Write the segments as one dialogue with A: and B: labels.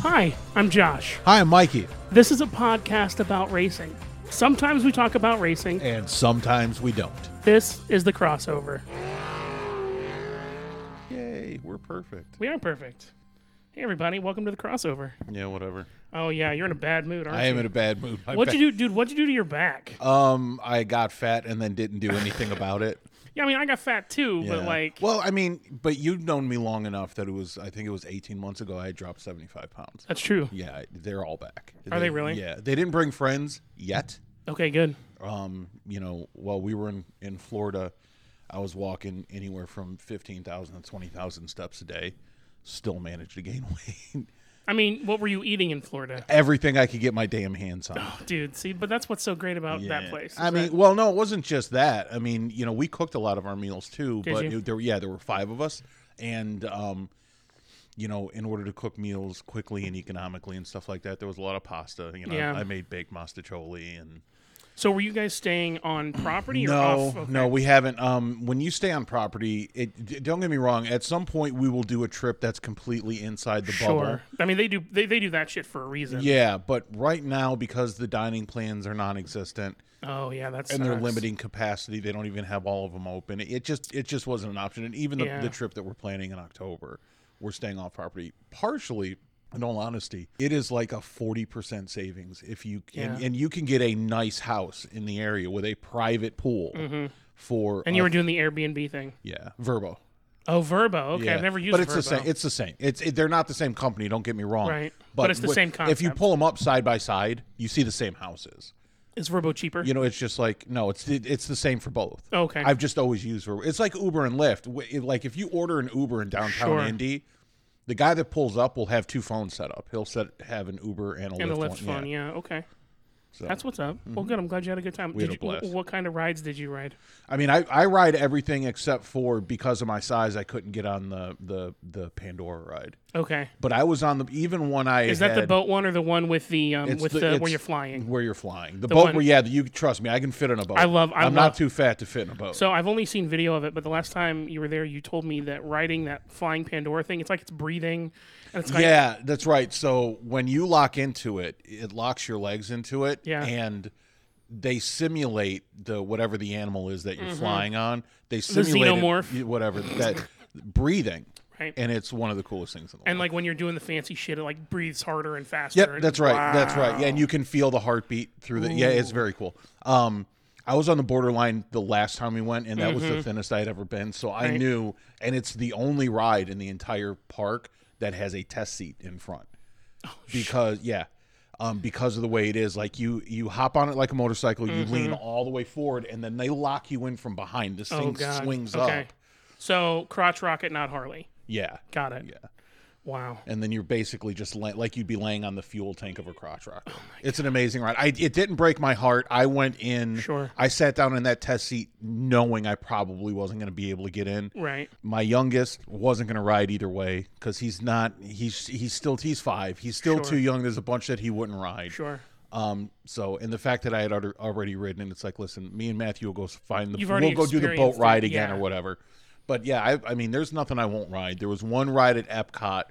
A: Hi, I'm Josh.
B: Hi, I'm Mikey,
A: This is a podcast about racing. Sometimes we talk about racing.
B: and sometimes we don't.
A: This is the crossover.
C: Yay, we're perfect.
A: We are perfect. Hey, everybody, welcome to the crossover.
C: Yeah, whatever.
A: Oh yeah, you're in a bad mood, aren't
B: I
A: you?
B: am in a bad mood. My
A: What'd you do, dude? What'd you do to your back?
B: back- Um, I got fat and then didn't do anything about it.
A: yeah, I mean, I got fat too, but
B: Yeah.
A: like,
B: well, I mean, but you've known me long enough that it was. I think it was 18 months ago. I had dropped 75 pounds.
A: that's true.
B: Yeah, I- they're all back.
A: Are they really?
B: Yeah, they didn't bring friends yet.
A: Okay, good.
B: Um, you know, while we were in in Florida, I was walking anywhere from 15,000 to 20,000 steps a day. Still managed to gain weight.
A: I mean, what were you eating in Florida,
B: Everything I could get my damn hands on.
A: dude? See, but that's what's so great about that
B: Yeah.
A: place. is
B: I mean,
A: that-
B: well, no, it wasn't just that. I mean, you know, we cooked a lot of our meals too,
A: Did
B: but
A: you?
B: it, there, yeah, there were five of us, and um, you know, in order to cook meals quickly and economically and stuff like that, there was a lot of pasta. You know,
A: Yeah.
B: I made baked mastacholi and
A: so were you guys staying on property or
B: no,
A: off? Okay.
B: no, we haven't. Um, when you stay on property, it d- don't get me wrong. At some point, we will do a trip that's completely inside the bubble.
A: sure. I mean, they do they, they do that shit for a reason.
B: Yeah, but right now, because the dining plans are non-existent,
A: Oh yeah, that's
B: and they're limiting capacity. They don't even have all of them open. It just it just wasn't an option. And even the,
A: Yeah.
B: the trip that we're planning in October, we're staying off property partially. In all honesty, it is like a forty percent savings if you can,
A: Yeah.
B: and you can get a nice house in the area with a private pool for.
A: Mm-hmm. And you
B: uh,
A: were doing the Airbnb thing.
B: yeah, Verbo.
A: Oh, Verbo. Okay,
B: Yeah.
A: I've never used.
B: but it's
A: Verbo.
B: the same. It's the same. It's it, they're not the same company. Don't get me wrong.
A: Right. But it's the
B: what-
A: same
B: If you
A: concept.
B: pull them up side by side, you see the same houses.
A: Is Verbo cheaper?
B: You know, it's just like no, it's it, it's the same for both.
A: Okay.
B: I've just always used Uber. It's like Uber and Lyft. Wh- it- Like if you order an Uber in downtown
A: Sure.
B: Indy, the guy that pulls up will have two phones set up. He'll set have an Uber and a
A: and the
B: Lyft,
A: Lyft
B: one.
A: phone. Yeah. Okay.
B: So- Mhm.
A: That's what's up. Well, good. I'm glad you had a good time.
B: We
A: did
B: had a
A: you, wh-
B: blast.
A: What kind of rides did you ride?
B: I mean, I, I ride everything except for because of my size, I couldn't get on the the the Pandora ride.
A: Okay.
B: But I was on the even one I
A: Is that the
B: had-
A: boat one or the one with the um,
B: it's
A: with the, where
B: it's Mhm.
A: you're flying?
B: Where you're flying. The, boat
A: one-
B: where yeah, you trust me, I can fit in a boat.
A: I love- I
B: am not
A: love-
B: too fat to fit in a boat.
A: So I've only seen video of it, but the last time you were there, you told me that riding that flying Pandora thing, it's like it's breathing, and it's like
B: Yeah, that's right. So when you lock into it, it locks your legs into it,
A: Yeah.
B: and they simulate the whatever the animal is that you're flying on. They
A: Mm-hmm. the
B: simulate it-
A: xenomorph.
B: y- whatever that breathing,
A: Right.
B: and it's one of the coolest things in the
A: and
B: world.
A: like when you're doing the fancy shit, it like breathes harder and faster.
B: Yep,
A: and-
B: that's right. That's right. Yeah, and you can feel the heartbeat through the. Yeah, it's very cool. Um, I was on the borderline the last time we went, and that was the thinnest I had ever been. So I
A: Mm-hmm. Right.
B: knew, and it's the only ride in the entire park that has a test seat in front.
A: Oh,
B: because yeah, um, because of the way it is, like you you hop on it like a motorcycle, you lean all the way forward, and then they lock you in from behind. This
A: Mm-hmm. Oh
B: thing
A: god.
B: swings
A: okay.
B: up.
A: So crotch rocket, not Harley.
B: Yeah.
A: Got it.
B: Yeah.
A: Wow.
B: and then you're basically just la- like you'd be laying on the fuel tank of a crotch
A: Oh
B: rocket. it's an amazing ride. I, it didn't break my heart. I went in.
A: Sure.
B: I sat down in that test seat knowing I probably wasn't going to be able to get in.
A: Right.
B: My youngest wasn't going to ride either way because he's not. He's he's still he's five. He's still
A: Sure.
B: too young. There's a bunch that he wouldn't ride.
A: Sure.
B: Um. So and the fact that I had alre- already ridden, and it's like, listen, me and Matthew will go s- find the.
A: You've already
B: we'll go do the boat
A: experienced it,
B: ride again
A: yeah.
B: or whatever. But yeah, I, I mean, there's nothing I won't ride. There was one ride at Epcot,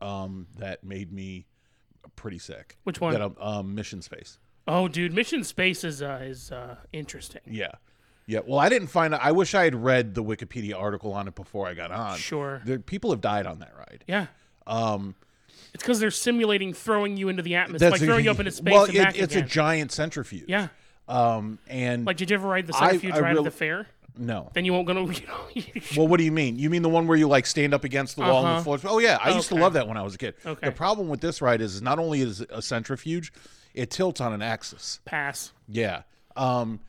B: um, that made me pretty sick.
A: Which one?
B: That, um, um, Mission Space.
A: Oh, dude, Mission Space is uh, is uh, interesting.
B: Yeah. Yeah. Well, I didn't find. I wish I had read the Wikipedia article on it before I got on.
A: Sure.
B: There, people have died on that ride.
A: Yeah. Um, it's because they're simulating throwing you into the atmosphere,
B: That's
A: like
B: a-
A: throwing you up into space
B: Well,
A: and
B: it-
A: back
B: it's
A: again.
B: a giant centrifuge.
A: yeah.
B: Um. And
A: Like, did you ever ride the
B: I-
A: centrifuge
B: I
A: ride at
B: really-
A: the fair?
B: no.
A: Then you won't gonna, you know, you-
B: Well, what do you mean? You mean the one where you like stand up against the wall
A: Uh-huh.
B: and the floor? Oh yeah, I used to
A: Okay.
B: love that when I was a kid.
A: Okay.
B: The problem with this ride is, is not only is it a centrifuge, it tilts on an axis.
A: pass.
B: Yeah. Um,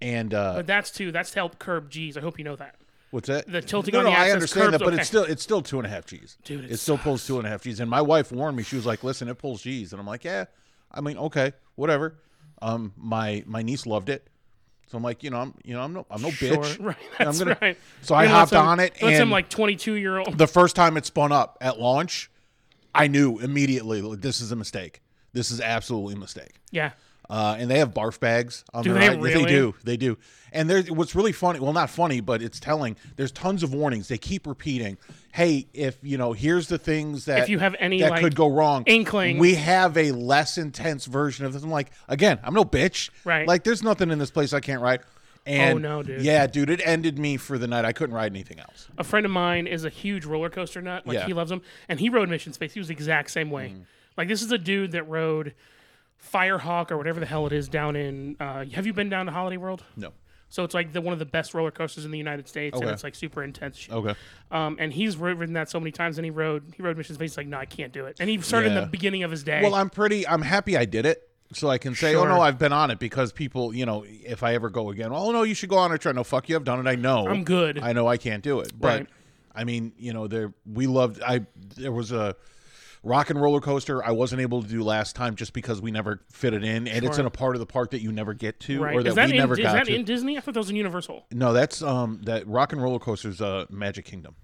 B: and uh,
A: But that's too. That's to help curb G's. I hope you know that.
B: what's that?
A: the tilting
B: No,
A: on
B: no,
A: the
B: I
A: axis
B: understand
A: curbs-
B: that, but
A: okay.
B: it's still it's still two and a half G's.
A: Dude, it
B: it, still pulls two and a half G's. And my wife warned me. She was like, "Listen, it pulls G's," and I'm like, "Yeah, I mean, okay, whatever." Um, my my niece loved it. So I'm like, you know, I'm you know, I'm no, I'm no bitch.
A: Right.
B: And
A: That's
B: I'm gonna,
A: right.
B: So I
A: You're gonna let
B: hopped
A: some-
B: on it
A: Let
B: and
A: some like twenty-two year old.
B: the first time it spun up at launch, I knew immediately like, this is a mistake. This is absolutely a mistake.
A: Yeah.
B: Uh, and they have barf bags on
A: Do
B: their
A: they
B: ride. Yes,
A: really?
B: They do. They do. And there's what's really funny, well not funny, but it's telling. There's tons of warnings. They keep repeating, "Hey, if you know, here's the things that
A: If you have any,
B: that
A: like,
B: could go wrong.
A: inkling.
B: We have a less intense version of this." I'm like, "Again, I'm no bitch."
A: Right. Oh,
B: Like there's nothing in this place I can't ride. And
A: no, dude.
B: Yeah, dude, it ended me for the night. I couldn't ride anything else.
A: a friend of mine is a huge roller coaster nut. Like
B: Yeah. Mm-hmm.
A: he loves them, and he rode Mission Space. He was the exact same way. Like this is a dude that rode Firehawk or whatever the hell it is down in. Uh, have you been down to Holiday World?
B: No.
A: So it's like the one of the best roller coasters in the United States, and
B: Okay.
A: it's like super intense. Shit.
B: Okay.
A: Um, and he's ri- ridden that so many times, and he rode he rode Mission Space. He's like, no, I can't do it. And he started in
B: Yeah.
A: the beginning of his day.
B: Well, I'm pretty. I'm happy I did it, so I can say, "Oh
A: Sure.
B: no, I've been on it." Because people, you know, if I ever go again, oh no, you should go on a trend. No, fuck you, I've done it. I know.
A: I'm good.
B: I know I can't do it. But
A: Right.
B: I mean, you know, there we loved. I there was a rock and roller coaster I wasn't able to do last time just because we never fit it in, and it's in a part of the park that you never get to
A: right?
B: or that,
A: is that,
B: we
A: in,
B: never
A: is
B: got
A: that
B: to.
A: in Disney? I thought that was in Universal.
B: no, that's um that rock and roller coaster's uh Magic Kingdom.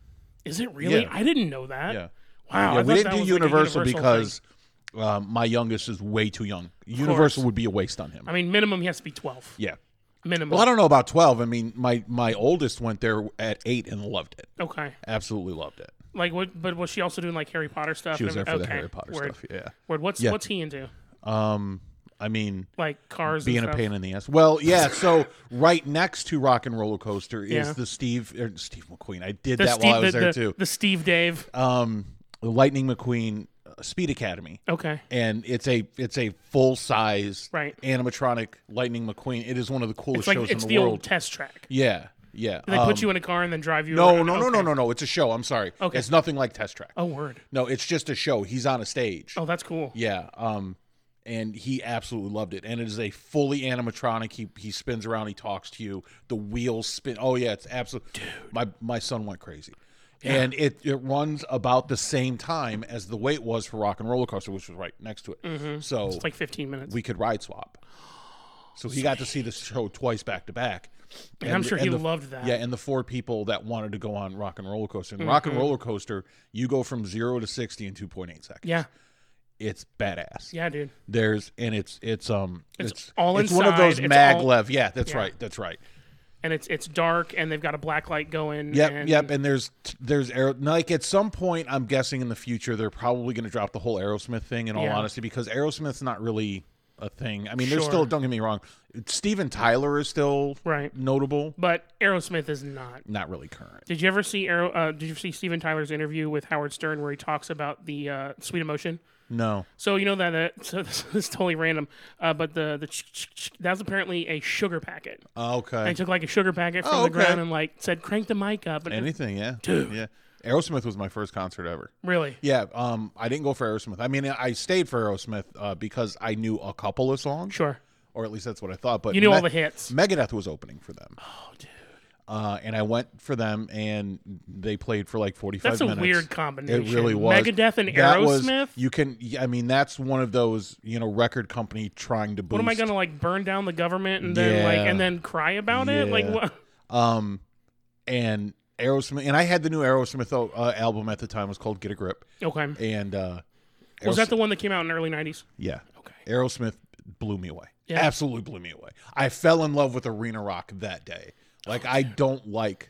A: Is it really?
B: Yeah.
A: I didn't know that.
B: Yeah.
A: Wow.
B: yeah,
A: I
B: we
A: thought that
B: didn't do
A: was, like, a
B: Universal,
A: thing.
B: because um, my youngest is way too young. Universal would be a waste on him.
A: I mean, minimum he has to be twelve.
B: yeah.
A: Minimum.
B: Well, I don't know about twelve. I mean, my my oldest went there at eight and loved it.
A: okay.
B: Absolutely loved it.
A: Like what? But was she also doing like Harry Potter stuff?
B: She was there
A: and
B: for
A: everything?
B: the
A: okay.
B: Harry Potter
A: Word.
B: stuff. Yeah.
A: Word. What's
B: Yeah.
A: what's he into?
B: Um, I mean,
A: Like cars.
B: being
A: and
B: a
A: stuff?
B: pain in the ass. Well, yeah. So right next to Rock and Roller Coaster is
A: Yeah.
B: the Steve er, Steve McQueen. I did
A: The
B: that
A: Steve,
B: while I was
A: the,
B: there
A: the-
B: too.
A: The Steve Dave.
B: Um, the Lightning McQueen uh, Speed Academy.
A: Okay.
B: and it's a it's a full size
A: Right.
B: animatronic Lightning McQueen. It is one of the coolest
A: It's like
B: shows
A: it's
B: in
A: the,
B: the,
A: old
B: world.
A: test track.
B: yeah, yeah.
A: They
B: Um,
A: put you in a car and then drive you.
B: no,
A: around.
B: no, no,
A: okay.
B: no, no, no. It's a show. I'm sorry.
A: Okay.
B: It's nothing like Test Track.
A: Oh word.
B: No, it's just a show. He's on a stage.
A: Oh, that's cool.
B: Yeah. Um, and he absolutely loved it. And it is a fully animatronic. He he spins around. He talks to you. The wheels spin. Oh yeah, it's absolutely. My my son went crazy. And it, it runs about the same time as the wait was for Rock and Roller Coaster, which was right next to it. So
A: Mm-hmm. It's like 15 minutes.
B: we could ride swap. So he got to see the show twice back to back.
A: And I'm sure he
B: the-
A: loved that. Mm-hmm.
B: Yeah, and the four people that wanted to go on Rock and Roller Coaster. And Rock and Roller Coaster, you go from zero to sixty in two point eight seconds.
A: yeah.
B: It's badass.
A: Yeah, dude.
B: There's and it's it's um it's,
A: all
B: it's one of those
A: inside, it's all-
B: maglev. yeah, that's right. That's right.
A: And it's it's dark and they've got a black light going.
B: Yep,
A: and
B: yep. And there's there's aero, like at some point I'm guessing in the future they're probably going to drop the whole Aerosmith thing. In all
A: Yeah.
B: honesty, because Aerosmith's not really a thing. I mean, there's
A: Sure.
B: still don't get me wrong, Steven Tyler is still
A: Right.
B: notable,
A: But Aerosmith is not.
B: not really current.
A: Did you ever see Aero, uh, Did you see Steven Tyler's interview with Howard Stern where he talks about the uh, sweet emotion?
B: No,
A: So you know that uh, so this, this is totally random, uh, but the the ch- ch- ch- that was apparently a sugar packet.
B: okay,
A: They took like a sugar packet from
B: Oh,
A: the ground
B: okay.
A: and like said crank the mic up. And
B: anything, yeah, dude, yeah. Aerosmith was my first concert ever.
A: really,
B: Yeah, um, I didn't go for Aerosmith. I mean, I stayed for Aerosmith uh, because I knew a couple of songs.
A: sure,
B: or at least that's what I thought. But
A: You knew
B: Me-
A: all the hits.
B: Megadeth was opening for them. Oh, dude. Uh, and I went for them, and they played for like forty-five.
A: That's a
B: minutes.
A: weird combination.
B: It really was.
A: Megadeth and
B: That was-
A: Aerosmith?
B: you can. I mean, that's one of those you know record company trying to boost.
A: what am I gonna like burn down the government and then like
B: Yeah.
A: and then cry about it? Like
B: Yeah.
A: what?
B: Um, and Aerosmith, and I had the new Aerosmith uh, album at the time. It was called Get a Grip,
A: Okay,
B: and uh,
A: was
B: Aeros-
A: that the one that came out in the early '90s?
B: yeah?
A: Okay,
B: Aerosmith blew me away.
A: Yeah.
B: Absolutely blew me away. I fell in love with arena rock that day. Like I don't like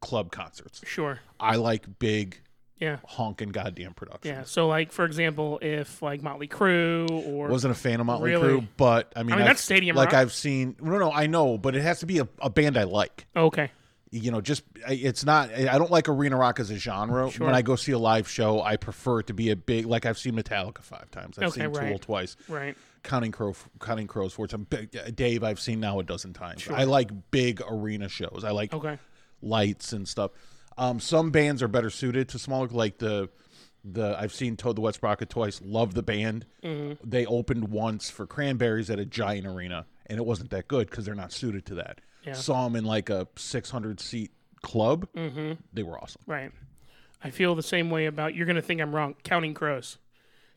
B: club concerts.
A: sure,
B: I like big
A: yeah.
B: honking goddamn productions.
A: Yeah, so like for example, if like Motley Crue or
B: Wasn't a fan of Motley
A: Really?
B: Crue, but I mean,
A: I mean,
B: I've-
A: that's stadium
B: Like
A: rock.
B: I've seen, no, no, I know, but it has to be a, a band I like.
A: okay,
B: You know, just I- it's not. I I don't like arena rock as a genre.
A: Sure.
B: When I go see a live show, I prefer it to be a big. Like I've seen Metallica five times. I've
A: Okay,
B: seen
A: right.
B: Tool twice.
A: right,
B: Counting Crow, Counting Crows four times. Big- uh, Dave, I've seen now a dozen times. I like big arena shows. I like
A: okay,
B: lights and stuff. Um, some bands are better suited to smaller, like the the I've seen Toad the Wet Sprocket twice. Love the band.
A: Mm-hmm.
B: They opened once for Cranberries at a giant arena, and it wasn't that good because they're not suited to that.
A: Yeah.
B: Saw them in like a 600 seat club. Mm-hmm. They were awesome.
A: right. I feel the same way about. You're gonna think I'm wrong. Counting Crows,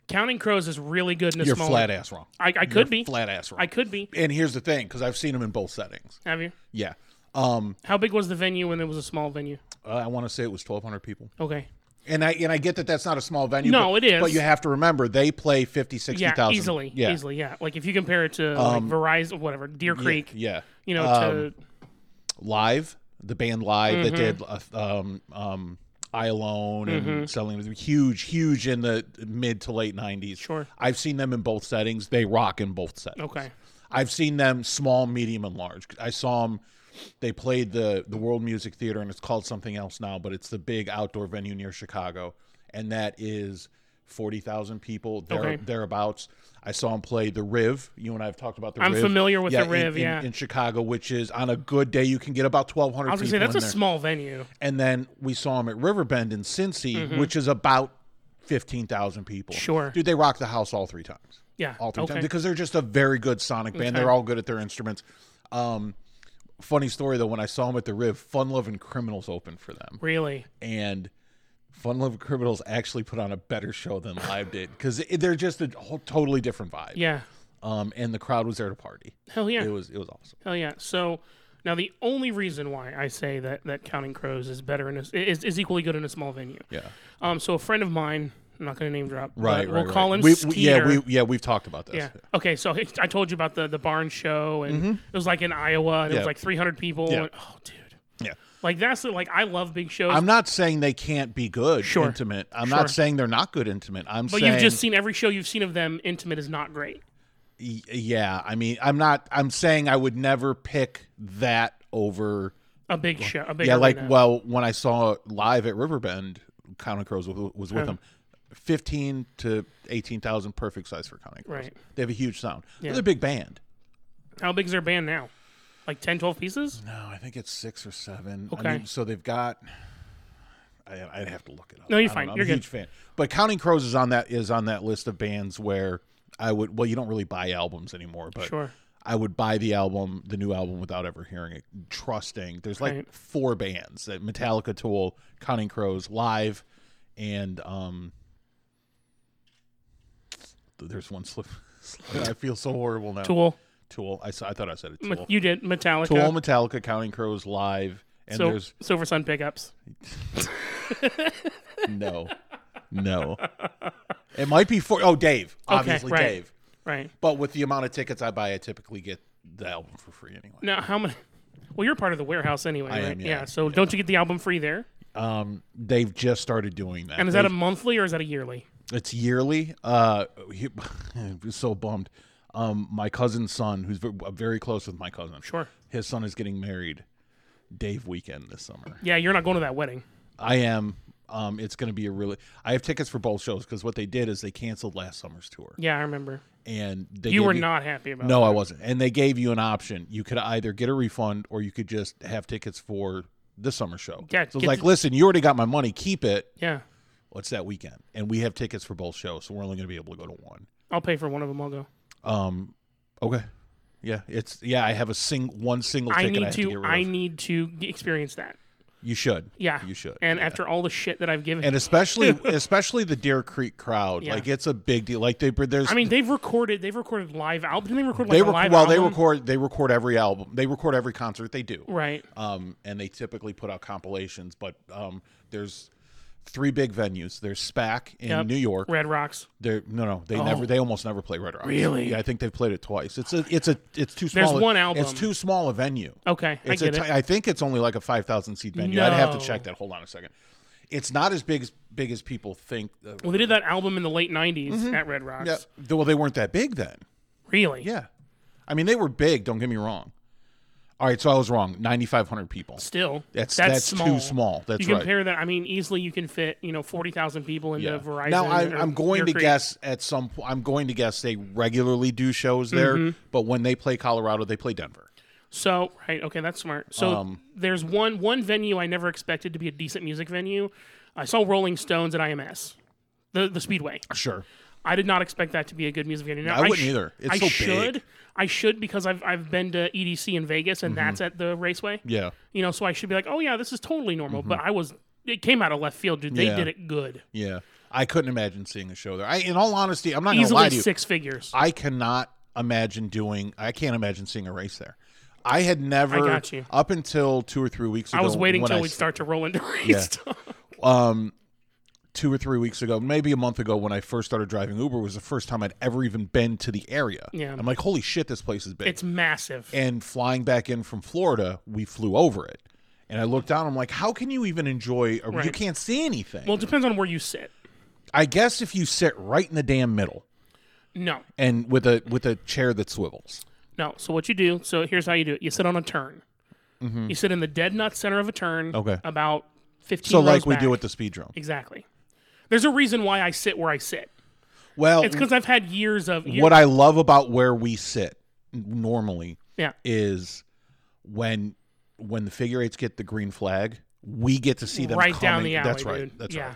A: Counting Crows is really good in a
B: You're
A: small.
B: flat ass wrong.
A: I, I could be.
B: Flat ass wrong.
A: I could be.
B: and here's the thing, because I've seen them in both settings.
A: Have you?
B: Yeah. Um,
A: How big was the venue when it was a small venue?
B: Uh, I want to say it was 1,200 people.
A: Okay.
B: And I and I get that that's not a small venue.
A: No,
B: but,
A: it is.
B: But you have to remember they play 50,
A: Yeah,
B: 60,000.
A: easily,
B: Yeah. Um,
A: easily, yeah. Like if you compare it to like Verizon, whatever, Deer
B: Yeah, um,
A: Creek,
B: Yeah.
A: you know, to
B: Live, the band Live that
A: Mm-hmm.
B: did uh, um, um, I Alone
A: Mm-hmm.
B: and Selling It, huge, huge in the mid to late 90s.
A: Sure.
B: I've seen them in both settings. They rock in both settings.
A: Okay.
B: I've seen them small, medium, and large. I saw them. They played the the World Music Theater, and it's called something else now, but it's the big outdoor venue near Chicago, and that is forty thousand people there,
A: Okay.
B: thereabouts. I saw them play the Riv. You and I have talked about the.
A: I'm
B: Riv.
A: familiar with the
B: in-
A: Riv,
B: in,
A: yeah.
B: in Chicago, which is on a good day you can get about twelve hundred.
A: I was gonna
B: people
A: say that's a
B: in there.
A: small venue.
B: and then we saw them at Riverbend in Cincy, which is about fifteen thousand people.
A: Mm-hmm. Sure.
B: dude, they rocked the house all three times
A: Yeah.
B: all three
A: okay.
B: times because they're just a very good sonic band. They're all good at their instruments. Um, funny story though, when I saw them at the Riv, Fun Loving Criminals opened for them,
A: Really?
B: and Fun Loving Criminals actually put on a better show than Live did because they're just a whole, totally different vibe.
A: Yeah.
B: Um, and the crowd was there to party.
A: Hell yeah.
B: It was it was awesome.
A: Hell yeah. So now the only reason why I say that that Counting Crows is better in a, is is equally good in a small venue.
B: Yeah.
A: Um. So a friend of mine, I'm not gonna name drop.
B: Right.
A: But we'll
B: right,
A: call
B: right.
A: him
B: We- we-
A: Skeeter.
B: yeah. We yeah we've talked about this.
A: Yeah. Okay. So I- I told you about the the barn show, and it was like in Iowa, and it
B: Mm-hmm. Yeah.
A: was like 300 people.
B: Yeah.
A: And, oh, dude.
B: Yeah.
A: Like that's the, like I love big shows,
B: I'm not saying they can't be good
A: Sure.
B: intimate. I'm
A: Sure.
B: not saying they're not good intimate. I'm
A: but
B: saying
A: you've just seen every show you've seen of them. Intimate is not great.
B: Y- yeah i mean i'm not i'm saying i would never pick that over
A: A big show. A big
B: yeah like
A: arena.
B: well when i saw live at riverbend counting crows was, was with them 15 to 18,000 perfect size for counting crows
A: Right.
B: they have a huge sound they're a big band
A: How big is their band now? Like 10, 12 pieces?
B: no Oh, i think it's six or seven I
A: Okay.
B: mean, so they've got I, i'd have to look it up
A: No, you're
B: I don't
A: fine.
B: know. i'm
A: You're
B: a
A: good.
B: huge fan but counting crows is on that is on that list of bands where i would well you don't really buy albums anymore but
A: Sure.
B: I would buy the album, the new album, without ever hearing it, trusting. There's like
A: Right.
B: four bands: that Metallica, Tool, Counting Crows, Live, and um. th- There's one slip. slip- I feel so horrible now.
A: Tool.
B: Tool. I, saw, I thought I said it.
A: Me-
B: Tool.
A: You did Metallica.
B: Tool, Metallica, Counting Crows, Live, and
A: so
B: there's
A: Silver Sun pickups.
B: no, no. It might be four. Oh, Dave. Obviously,
A: right.
B: Dave.
A: Right.
B: But with the amount of tickets I buy, I typically get the album for free anyway.
A: Now, how many? Well, you're part of the warehouse anyway,
B: am,
A: right?
B: yeah,
A: So don't you get the album free there?
B: Um, they've just started doing that.
A: And is
B: They've-
A: that a monthly or is that a yearly?
B: It's yearly. Uh, he, I was so bummed. Um, my cousin's son, who's ve- very close with my cousin,
A: Sure.
B: his son is getting married. Dave weekend this summer.
A: Yeah, you're not going to that wedding.
B: I am. Um, it's going to be a really. I have tickets for both shows because what they did is they canceled last summer's tour,
A: Yeah, I remember.
B: and they
A: You
B: gave
A: were not happy about.
B: No, I wasn't. And they gave you an option. You could either get a refund or you could just have tickets for this summer show.
A: Yeah,
B: So it's
A: get
B: like,
A: the-
B: listen, you already got my money. Keep it.
A: It. Yeah,
B: What's that weekend? And we have tickets for both shows, so we're only going to be able to go to one.
A: I'll pay for one of them. I'll go.
B: Um. Okay. Yeah. It's yeah. I have a sing one single
A: I
B: ticket. I,
A: need
B: have to,
A: to.
B: get rid
A: I
B: of.
A: need to g- experience that.
B: You should.
A: Yeah,
B: You should.
A: And
B: yeah.
A: after all the shit that I've given,
B: and especially especially the Deer Creek crowd.
A: Yeah.
B: Like it's a big deal. Like they there's.
A: I mean, they've recorded. They've recorded live albums. Didn't they record like
B: they
A: a
B: rec-
A: live
B: well they
A: album?
B: record they record every album. They record every concert they do.
A: Right.
B: Um. And they typically put out compilations, but um. There's. Three big venues. There's SPAC in
A: Yep.
B: New York.
A: Red Rocks.
B: They're, no, no, they never. They almost never play Red Rocks.
A: Really?
B: Yeah, I think they've played it twice. It's a, it's a, it's too small.
A: There's
B: a-
A: one album.
B: It's too small a venue.
A: Okay, I
B: It's
A: get
B: a
A: it.
B: ti- I think it's only like a five thousand seat venue. I'd have to
A: No.
B: check that. Hold on a second. It's not as big as big as people think. Uh,
A: Well, they did that album in the late '90s
B: Mm-hmm.
A: at Red Rocks.
B: yeah, th- well, they weren't that big then.
A: Really?
B: Yeah, I mean they were big. Don't get me wrong. All right, so I was wrong. Ninety five hundred people.
A: Still,
B: That's
A: that's,
B: that's,
A: small.
B: too small. That's
A: you
B: right.
A: compare that. I mean, easily you can fit you know forty thousand people into
B: Yeah.
A: Verizon.
B: Now I,
A: or
B: I'm going
A: Deer
B: to
A: Creek.
B: guess at some. po- I'm going to guess they regularly do shows
A: Mm-hmm.
B: there, but when they play Colorado, they play Denver.
A: So right, okay, that's smart. So
B: Um,
A: there's one one venue I never expected to be a decent music venue. I saw Rolling Stones at IMS, the the Speedway.
B: Sure.
A: I did not expect that to be a good music venue. Now,
B: I wouldn't
A: sh-
B: either. It's
A: I
B: so big.
A: should. I should because I've I've been to EDC in Vegas and that's at the Raceway.
B: Mm-hmm. Yeah. Mm-hmm.
A: You know, so I should be like, oh yeah, this is totally normal. But I was. It came out of left field, dude. They
B: Yeah.
A: did it good.
B: Yeah. I couldn't imagine seeing a show there. I, in all honesty, I'm not going to lie
A: Easily
B: to you.
A: six figures.
B: I cannot imagine doing. I can't imagine seeing a race there. I had never.
A: got you.
B: Up until two or three weeks ago,
A: I was waiting
B: when
A: till
B: I
A: we
B: s-
A: start to roll into race. time.
B: two or three weeks ago, maybe a month ago, when I first started driving Uber, was the first time I'd ever even been to the area.
A: Yeah.
B: I'm like, holy shit, this place is big.
A: It's massive.
B: and flying back in from Florida, we flew over it. And I looked down, I'm like, how can you even enjoy? A, You
A: Right.
B: can't see anything.
A: well, it depends on where you sit.
B: I guess if you sit right in the damn middle
A: No,
B: and with a with a chair that swivels.
A: no. So what you do? So here's how you do it. You sit on a turn. You sit in the dead nut center of a turn.
B: Mm-hmm. Okay.
A: About fifteen.
B: So
A: rows
B: like we
A: back.
B: do at the speedrome.
A: Exactly. There's a reason why I sit where I sit.
B: Well,
A: It's because I've had years of years,
B: Mm. what I love about where we sit normally
A: yeah.
B: is when when the figure eights get the green flag, we get to see them
A: right
B: coming.
A: down the alley.
B: That's right.
A: dude.
B: That's
A: yeah.
B: right.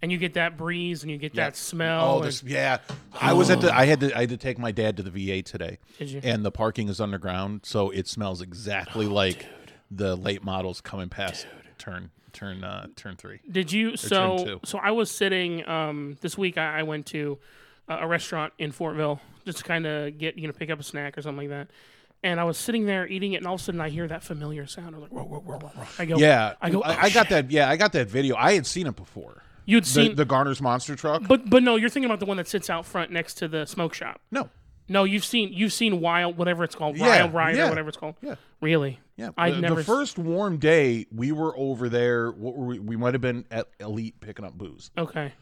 A: And you get that breeze and you get that smell.
B: Oh,
A: and-
B: this, yeah. I was at the. I had to. I had to take my dad to the VA today,
A: Oh. Did you? Oh,
B: and the parking is underground, so it smells exactly like the late models coming past turn turn uh, turn three.
A: Did you?
B: turned
A: So
B: two.
A: so I was sitting um, this week. I, I went to a, a restaurant in Fortville just to kind of get you know pick up a snack or something like that. And I was sitting there eating it, and all of a sudden I hear that familiar sound. I'm like, whoa, whoa, whoa, whoa, whoa. I go,
B: Yeah,
A: I go,
B: I,
A: oh,
B: got that. Yeah, I got that video. I had seen it before.
A: You'd
B: The,
A: seen,
B: the Garner's monster truck.
A: but but no, you're thinking about the one that sits out front next to the smoke shop.
B: No,
A: No, you've seen you've seen Wild, whatever it's called,
B: Yeah,
A: Wild Riot
B: yeah,
A: or whatever it's called.
B: yeah.
A: Really?
B: Yeah,
A: I'd
B: the,
A: never
B: the
A: s-
B: first warm day we were over there. What were we? We might have been at Elite picking up booze.
A: Okay.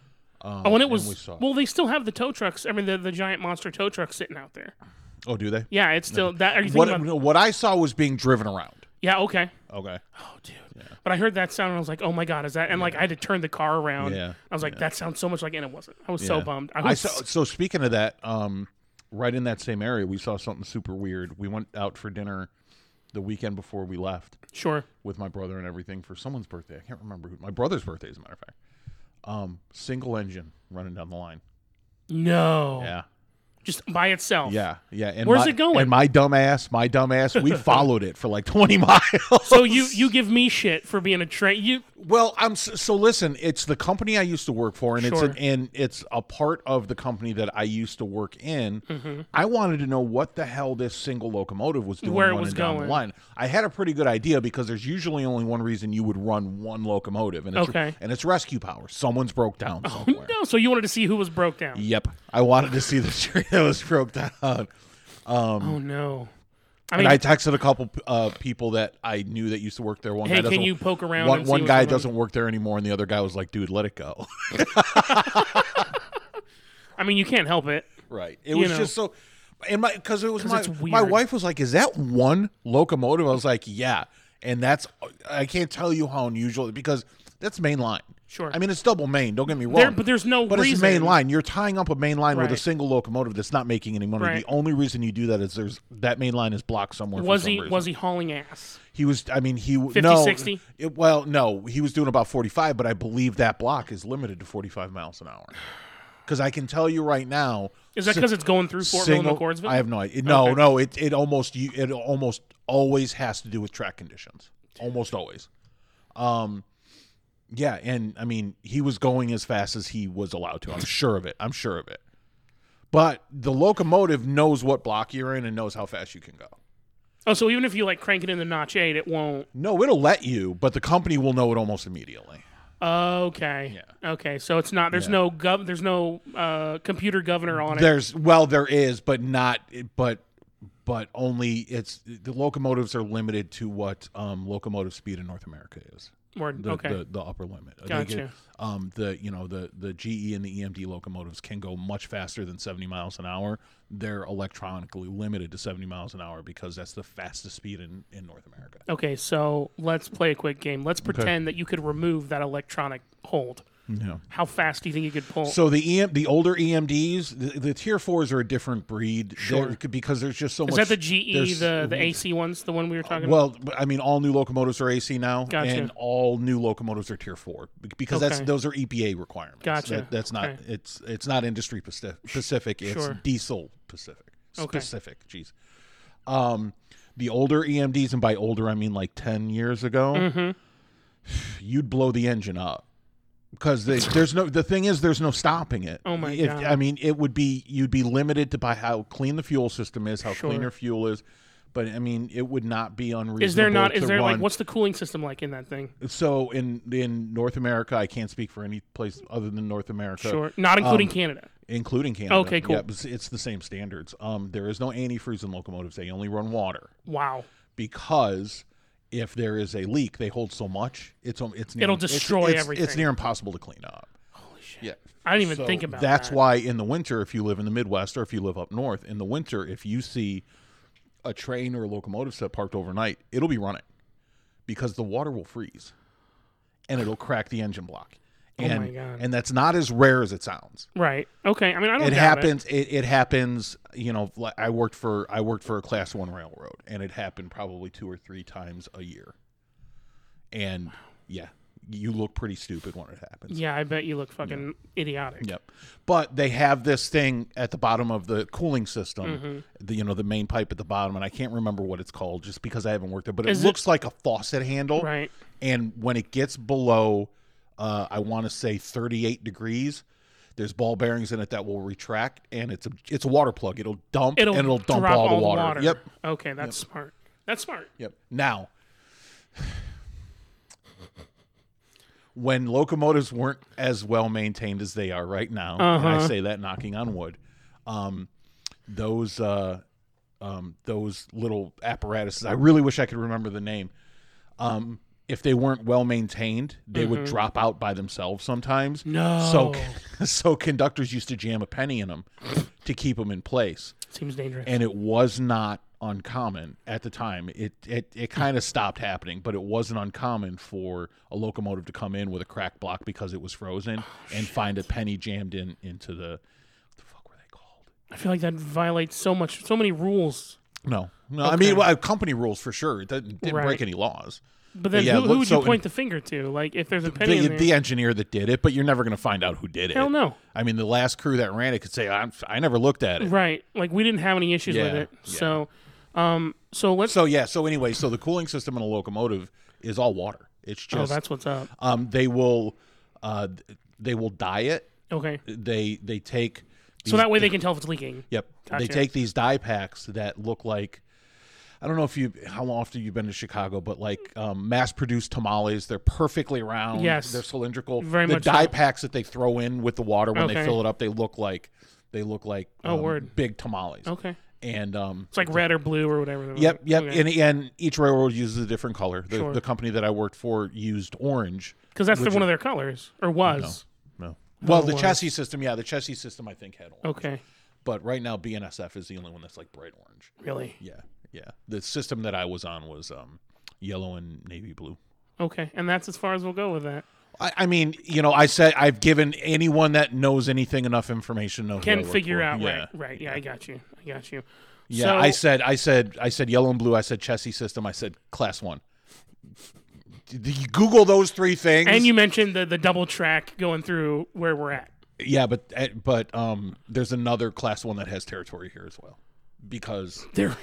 A: oh, and it was
B: Um, we saw-
A: well. They still have the tow trucks. I mean, the, the giant monster tow truck sitting out there.
B: Oh, do they?
A: Yeah, it's still that. Are you thinking
B: What
A: about?
B: no, what I saw was being driven around.
A: Yeah, okay.
B: Okay.
A: Oh, dude. But I heard that sound and I was like, oh my god, is that? And like, I had to turn the car around.
B: Yeah,
A: I was like, that sounds so much like, and it wasn't. I was so
B: Yeah.
A: bummed.
B: I,
A: I was.
B: saw. So speaking of that, um, right in that same area, we saw something super weird. We went out for dinner the weekend before we left
A: sure.
B: with my brother and everything for someone's birthday. I can't remember who. My brother's birthday, as a matter of fact. Um, single engine running down the line.
A: No.
B: Yeah.
A: Just by itself.
B: Yeah, yeah. And
A: Where's
B: my-
A: it going?
B: And my dumb ass, my dumb ass, we followed it for like 20 miles.
A: So you you give me shit for being a train. You
B: well, I'm s- so listen, it's the company I used to work for and it's
A: Sure.
B: an, and it's a part of the company that I used to work in.
A: Mm-hmm.
B: I wanted to know what the hell this single locomotive was doing
A: Where it
B: running
A: was
B: down the
A: going.
B: line. I had a pretty good idea because there's usually only one reason you would run one locomotive and it's
A: Okay. Oh,
B: and it's rescue power. Someone's broke down somewhere.
A: no. So you wanted to see who was broke down.
B: Yep. I wanted to see the tree that was broke down.
A: Oh no. I
B: Um, And
A: mean,
B: I texted a couple uh, people that I knew that used to work there. One
A: Hey,
B: guy
A: can
B: doesn't-
A: you poke around
B: One,
A: and see
B: one
A: what's
B: guy
A: going on?
B: doesn't work there anymore, and the other guy was like, "Dude, let it go."
A: I mean, you can't help it.
B: right. It was
A: know.
B: just so. And my because it was my
A: it's
B: my
A: weird.
B: wife was like, "Is that one locomotive?" I was like, "Yeah," and that's I can't tell you how unusual because that's main line.
A: Sure.
B: I mean, it's double main. Don't get me wrong.
A: There, but there's no
B: But
A: reason.
B: it's main line. You're tying up a main line with a
A: Right.
B: single locomotive that's not making any money.
A: Right.
B: The only reason you do that is there's that main line is blocked somewhere. for
A: Was
B: some
A: he
B: reason.
A: was he hauling ass?
B: He was. I mean, he 50, no.
A: 60?
B: it- well, no, he was doing about forty-five, but I believe that block is limited to forty-five miles an hour. Because I can tell you right now,
A: Is that because it's going through Fort Mill and
B: single.
A: McCordsville?
B: I have no idea. No,
A: Okay.
B: no. It it almost you- it almost always has to do with track conditions. Almost always. Um, yeah, and I mean, he was going as fast as he was allowed to. I'm sure of it. I'm sure of it. But the locomotive knows what block you're in and knows how fast you can go.
A: oh, so even if you like crank it in the notch eight, it won't.
B: No, it'll let you, but the company will know it almost immediately.
A: Okay. Okay. So it's not. There's no gov. There's no uh, computer governor on it.
B: There's well, there is, but not, but but only it's the locomotives are limited to what um, locomotive speed in North America is.
A: Word.
B: The,
A: okay.
B: the, the upper limit. They
A: Gotcha.
B: get- um, the you know the the GE and the EMD locomotives can go much faster than 70 miles an hour. They're electronically limited to 70 miles an hour because that's the fastest speed in in North America.
A: okay. So let's play a quick game. Let's pretend that you could remove that electronic hold.
B: Yeah.
A: How fast do you think you could pull?
B: So the EM, the older EMDs, the, the tier fours are a different breed sure. because there's just so
A: is
B: much.
A: that the GE,
B: there's-
A: the, the AC ones, the one we were talking about?
B: Well, b- I mean, all new locomotives are AC now,
A: Gotcha.
B: and all new locomotives are Tier Four be- because that's
A: Okay.
B: those are EPA requirements.
A: Gotcha.
B: That- that's not
A: Okay.
B: it's it's not industry paci- specific. It's
A: Sure.
B: diesel specific. Specific. Jeez. Um, the older EMDs, and by older I mean like ten years ago,
A: Mm-hmm.
B: you'd blow the engine up because they, there's no the thing is there's no stopping it.
A: Oh my
B: if,
A: God.
B: I mean, it would be you'd be limited to by how clean the fuel system is, how clean
A: Sure.
B: your fuel is, But I mean, it would not be unreasonable.
A: Is there not? Is
B: to
A: there like
B: run-
A: what's the cooling system like in that thing?
B: so in in North America? I can't speak for any place other than North America,
A: Sure, not
B: um,
A: including Canada.
B: including Canada.
A: Okay, cool.
B: Yeah, it's, it's the same standards. Um, there is no antifreeze in locomotives. They only run water
A: Wow,
B: because if there is a leak, they hold so much it's um, it's near,
A: It'll
B: it's-
A: destroy
B: it's- It's
A: everything.
B: near impossible to clean up.
C: Yeah.
A: I didn't even
B: So
A: think about
B: that's
A: that.
B: why in the winter, if you live in the Midwest or if you live up north, in the winter, if you see a train or a locomotive set parked overnight, it'll be running because the water will freeze and it'll crack the engine block.
A: Oh my
B: And,
A: God.
B: and that's not as rare as it sounds.
A: Right. Okay. I mean, I don't.
B: It
A: doubt
B: happens. It. It, happens. You know, like I worked for I worked for a class one railroad, and it happened probably two or three times a year. And yeah, you look pretty stupid when it happens.
A: Yeah, I bet you look fucking idiotic.
B: Yep. But they have this thing at the bottom of the cooling system,
A: Mm-hmm.
B: the, you know, the main pipe at the bottom, and I can't remember what it's called just because I haven't worked there. But it
A: Is it-
B: looks like a faucet handle,
A: Right.
B: And when it gets below, uh, I want to say 38 degrees, there's ball bearings in it that will retract, and it's a it's a water plug. It'll dump
A: It'll,
B: and it'll dump
A: drop
B: all the
A: all
B: water.
A: water.
B: Yep.
A: Okay, that's smart. That's smart.
B: Yep. Now, when locomotives weren't as well maintained as they are right now, and I say that knocking on wood, um, those uh, um, those little apparatuses. I really wish I could remember the name. Um, if they weren't well maintained, they would drop out by themselves sometimes.
A: No.
B: So, so conductors used to jam a penny in them to keep them in place
A: Seems dangerous.
B: and it was not uncommon at the time. It it, it kind of stopped happening, but it wasn't uncommon for a locomotive to come in with a crack block because it was frozen and find a penny jammed in into the Oh, what the fuck were they called?
A: I feel like that violates so much, so many rules.
B: No, no. I mean, well, company rules for sure. It didn't, didn't
A: Right.
B: break any laws.
A: But then
B: yeah,
A: who,
B: look,
A: who would
B: so
A: you
B: in-
A: point the finger to? Like, if there's a penny
B: The,
A: in there,
B: the engineer that did it, but you're never going to find out who did it.
A: hell no.
B: I mean, the last crew that ran it could say, I'm, "I never looked at it."
A: Right. Like we didn't have any issues with
B: Yeah,
A: it.
B: yeah.
A: So, um, so let's.
B: So yeah. So anyway, so the cooling system in a locomotive is all water. It's
A: oh,
B: just
A: that's what's up.
B: Um, they will, uh, th- they will dye it.
A: Okay.
B: Uh, They they take. These,
A: So that way they can tell if it's leaking.
B: Yep. They
A: Gotcha.
B: take these dye packs that look like. I don't know if you how often you've been to Chicago, but like um, mass-produced tamales, they're perfectly round.
A: Mm. Yes.
B: they're cylindrical.
A: Very
B: the
A: much
B: dye
A: so.
B: packs that they throw in with the water when they
A: Okay.
B: fill it up, they look like they look like
A: Oh,
B: um,
A: word.
B: big tamales.
A: Okay.
B: And um,
A: It's like red or blue or whatever.
B: Yep, yep.
A: Because
B: And, and each railroad uses a different color. The,
A: Sure.
B: the company that I worked for used orange.
A: that's the, one of their colors, or was.
B: No. Well,
A: it
B: the
A: was.
B: chassis system, yeah, the chassis system I think had orange.
A: Okay.
B: But right now BNSF is the only one that's like bright orange.
A: Really.
B: Yeah. Yeah. The system that I was on was um yellow and navy blue.
A: Okay. And that's as far as we'll go with that.
B: I, I mean, you know, I said I've given anyone that knows anything enough information to know who I
A: Can
B: work
A: figure
B: for.
A: out.
B: Yeah.
A: Right. Right. Yeah, I got you. I got you.
B: Yeah,
A: So,
B: I said I said I said yellow and blue, I said chassis system, I said class 1. Did you Google those three things.
A: And you mentioned the the double track going through where we're at.
B: Yeah, but eh, but um, there's another class one that has territory here as well, because
A: There.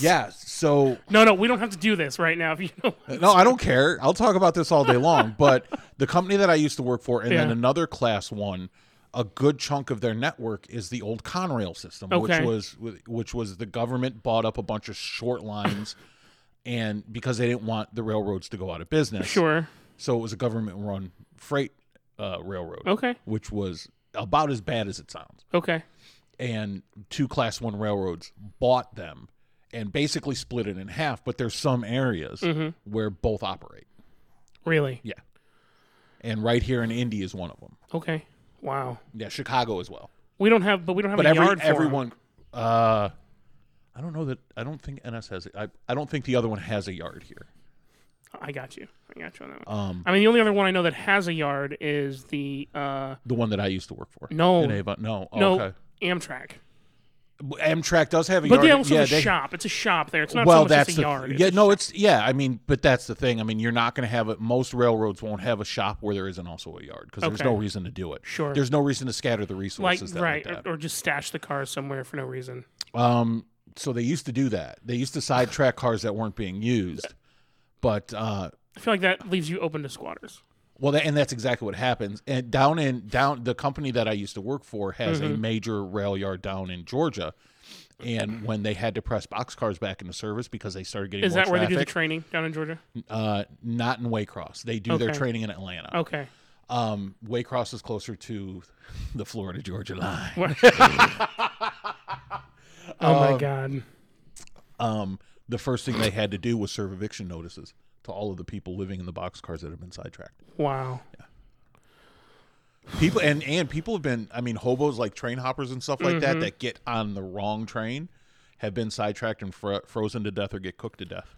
B: yeah. So
A: No, no, we don't have to do this right now. If you don't.
B: no, I don't care. I'll talk about this all day long. But the company that I used to work for, and then
A: Yeah.
B: another class one, a good chunk of their network is the old Conrail system,
A: Okay.
B: which was which was the government bought up a bunch of short lines, and because they didn't want the railroads to go out of business,
A: Sure.
B: So it was a government run freight uh, railroad,
A: Okay.
B: which was about as bad as it sounds.
A: Okay.
B: and two class one railroads bought them and basically split it in half but there's some areas
A: Mm-hmm.
B: where both operate
A: Really.
B: yeah and right here in indy is one of them
A: Okay. Wow.
B: yeah chicago as well
A: We don't have, but we don't have
B: but
A: a
B: every,
A: yard for 'em.
B: everyone uh i don't know that i don't think ns has it. I, I don't think the other one has a yard here
A: I got you. I got you on that one.
B: um
A: I mean, the only other one I know that has a yard is the uh,
B: the one that i used to work for
A: No.
B: In Avon- no oh,
A: no
B: okay
A: Amtrak,
B: amtrak does have a
A: but
B: yard
A: they also
B: yeah,
A: have a
B: they-
A: shop. It's a shop there. It's not so
B: well,
A: much
B: that's
A: just a
B: the
A: yard.
B: yeah. No, it's yeah. I mean, but that's the thing. I mean, you're not going to have it. Most railroads won't have a shop where there isn't also a yard because
A: Okay.
B: there's no reason to do it.
A: Sure.
B: there's no reason to scatter the
A: like
B: resources. that
A: right,
B: Like that.
A: or, or just stash the car somewhere for no reason.
B: um, so they used to do that. They used to sidetrack cars that weren't being used, but uh,
A: I feel like that leaves you open to squatters.
B: well, that, and that's exactly what happens. And down
A: Mm-hmm.
B: in down the company that I used to work for has a major rail yard down in Georgia, and when they had to press boxcars back into service because they started getting
A: Is
B: more
A: that where they do the
B: traffic,
A: training down in Georgia?
B: uh, not in Waycross. They do their
A: Okay. Oh.
B: training in Atlanta.
A: Okay.
B: Um, Waycross is closer to the Florida Georgia line.
A: Oh my God.
B: um, the first thing they had to do was serve eviction notices to all of the people living in the boxcars that have been sidetracked.
A: Wow.
B: People and and people have been, I mean, hobos like train hoppers and stuff like
A: Mm-hmm.
B: that that get on the wrong train have been sidetracked and fro- frozen to death or get cooked to death.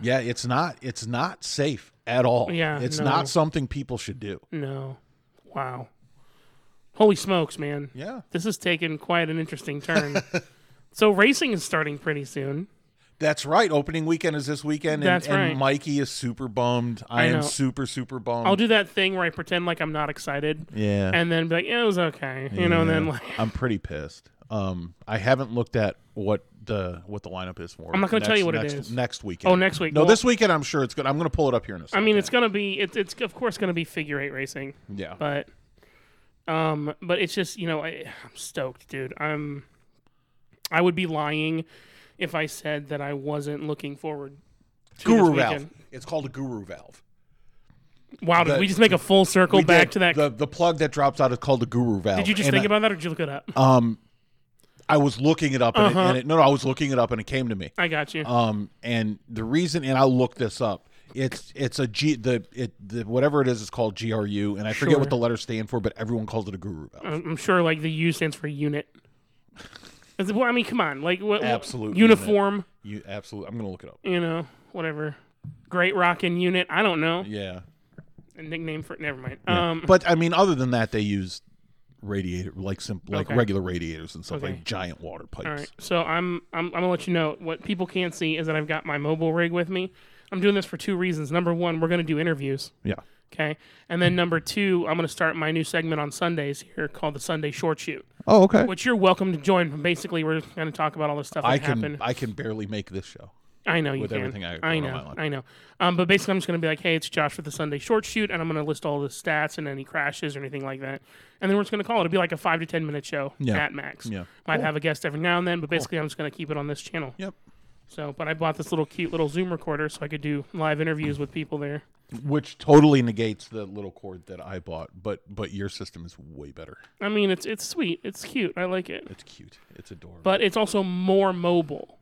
B: Yeah, it's not it's not safe at all.
A: Yeah,
B: it's
A: no.
B: not something people should do.
A: No. Wow. Holy smokes, man.
B: Yeah,
A: This has taken quite an interesting turn. so racing is starting pretty soon.
B: that's right. Opening weekend is this weekend, and,
A: That's
B: and
A: right.
B: Mikey is super bummed. I,
A: I
B: am
A: know.
B: super super bummed.
A: I'll do that thing where I pretend like I'm not excited
B: yeah,
A: and then be like, yeah, it was okay. You know, and then
B: Yeah.
A: like
B: I'm pretty pissed. Um, I haven't looked at what the what the lineup is for.
A: I'm not gonna tell
B: next-
A: you what it
B: next,
A: is.
B: next weekend.
A: Oh, next week.
B: No,
A: Well-
B: this weekend I'm sure it's good. I'm gonna pull it up here in a
A: I
B: second.
A: mean it's gonna be it's it's of course gonna be figure eight racing.
B: yeah,
A: but um but it's just you know I, i'm stoked dude i'm i would be lying if i said that i wasn't looking forward to this
B: Guru Valve.
A: weekend.
B: It's called a Guru Valve.
A: wow did
B: The-
A: we just make a full circle
B: We
A: back
B: did-
A: to that
B: The the plug that drops out is called the Guru Valve.
A: did you just
B: And
A: think
B: I,
A: about that or did you look it up
B: Um, I was looking it up and,
A: Uh-huh.
B: it, and it, no, no, I was looking it up and it came to me.
A: i got you
B: Um, and the reason, and I'll look this up. It's it's a G the it the whatever it is is called GRU, and I forget
A: Sure.
B: what the letters stand for, but everyone calls it a Guru Valve.
A: i'm I'm sure like the u stands for unit Is it- well, i mean come on like what what-
B: Absolute unit.
A: uniform
B: You absolutely. I'm gonna look it up.
A: you know whatever great rockin' unit i don't know
B: Yeah.
A: a nickname for never mind um
B: But I mean, other than that, they use radiator like simple like
A: Okay.
B: regular radiators and stuff
A: Okay.
B: like giant water pipes.
A: All right. So I'm, I'm I'm gonna let you know what people can't see is that I've got my mobile rig with me. I'm doing this for two reasons. Number one, we're gonna do interviews,
B: Yeah.
A: okay? And then number two, I'm gonna start my new segment on Sundays here called the Sunday Short Shoot,
B: Oh, okay.
A: which you're welcome to join. Basically, we're gonna talk about all the stuff that
B: I can
A: happened.
B: I can barely make this show.
A: I know you
B: with
A: can.
B: everything I-
A: I
B: on
A: know.
B: my line.
A: I know. Um, but basically, I'm just going to be like, hey, it's Josh with the Sunday short shoot, and I'm going to list all the stats and any crashes or anything like that. And then we're just going to call it. It'll be like a five to 10 minute show
B: Yeah.
A: at max.
B: Yeah.
A: Might have a guest every now and then, but basically, I'm just going to keep it on this channel.
B: Yep.
A: So, but I bought this little cute little Zoom recorder so I could do live interviews with people there.
B: Which totally negates the little cord that I bought, but but your system is way better.
A: I mean, it's it's sweet. It's cute. I like it.
B: It's cute. It's adorable.
A: But it's also more mobile.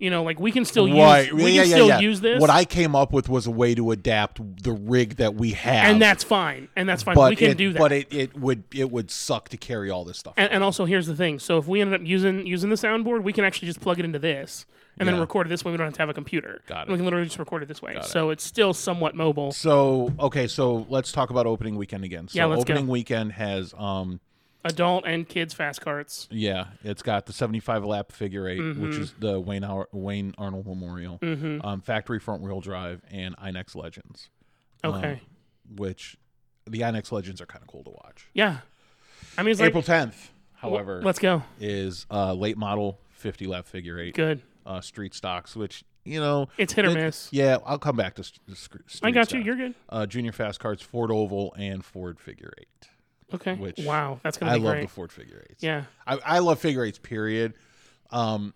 A: You know, like we can still
B: Right.
A: use we
B: yeah,
A: can
B: yeah,
A: still
B: yeah.
A: use this.
B: What I came up with was a way to adapt the rig that we have.
A: and that's fine. And that's fine.
B: but
A: we can
B: it,
A: do that.
B: But it, it would it would suck to carry all this stuff.
A: And, and also, here's the thing: so if we ended up using using the soundboard, we can actually just plug it into this and then
B: Yeah.
A: record it this way. We don't have to have a computer.
B: Got it.
A: We can literally just record it this way. so it's still somewhat mobile.
B: So okay, so let's talk about opening weekend again. So
A: Yeah, let's go.
B: opening weekend has um
A: Adult and kids fast carts.
B: yeah, it's got the 75 lap figure 8
A: Mm-hmm.
B: which is the Wayne Ar- Wayne Arnold Memorial, um, factory front wheel drive, and Inex Legends, Uh-huh.
A: Okay.
B: which the Inex Legends are kind of cool to watch.
A: yeah. I mean, it's
B: April 10th, however,
A: like let's go.
B: is uh, late model 50 lap figure eight
A: Good.
B: uh, street stocks, which you know
A: It's hit or
B: it-
A: miss.
B: Yeah, I'll come back to st- st- street
A: I got you.
B: stocks.
A: You're good.
B: uh, junior fast carts, Ford oval, and Ford figure eight.
A: Okay.
B: Which
A: wow, that's gonna
B: I
A: be
B: love
A: great.
B: the Ford figure eights.
A: yeah.
B: I, I love figure eights. Period. Um,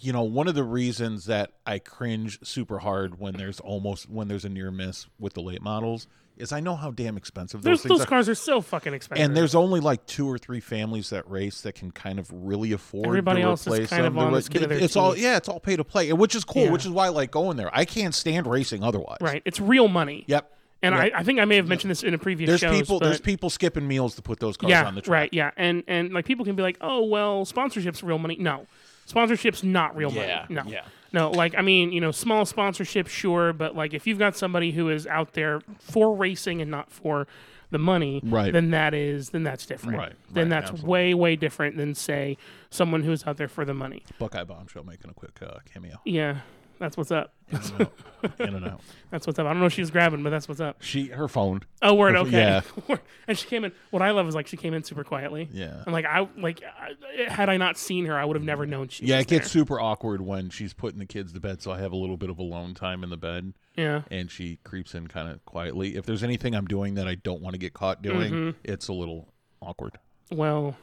B: you know, one of the reasons that I cringe super hard when there's almost when there's a near miss with the late models is I know how damn expensive those
A: Those,
B: things
A: those
B: are.
A: cars are so fucking expensive.
B: and there's only like two or three families that race that can kind of really afford.
A: Everybody
B: to
A: else is
B: replace
A: kind of
B: them.
A: on
B: They're
A: the skin of their
B: it's all
A: teeth.
B: yeah, it's all pay to play, and which is cool,
A: Yeah.
B: which is why I like going there. I can't stand racing otherwise.
A: right. It's real money.
B: Yep.
A: And I, I think I may have mentioned this in a previous
B: There's
A: shows,
B: people.
A: but-
B: There's people skipping meals to put those cars
A: yeah,
B: on the track.
A: right. Yeah, and and like people can be like, oh well, sponsorship's real money. No, sponsorship's not real
B: Yeah,
A: money. No,
B: yeah.
A: no. Like I mean, you know, small sponsorship, sure, but like if you've got somebody who is out there for racing and not for the money,
B: Right.
A: Then that is then that's different.
B: Right,
A: Then
B: right,
A: that's
B: absolutely.
A: way way different than say someone who's out there for the money.
B: Buckeye bombshell making a quick uh, cameo.
A: Yeah, that's what's up.
B: In and out.
A: That's what's up. I don't know if she was grabbing, but that's what's up.
B: She her phone.
A: Oh, word.
B: If-
A: Okay. and she came in. What I love is like she came in super quietly.
B: Yeah.
A: And like I like I, had I not seen her, I would have never known she.
B: Yeah,
A: was
B: it gets
A: there.
B: super awkward when she's putting the kids to bed, so I have a little bit of alone time in the bed,
A: Yeah.
B: and she creeps in kind of quietly. If there's anything I'm doing
A: Mm-hmm.
B: that I don't want to get caught doing, it's a little awkward.
A: Well,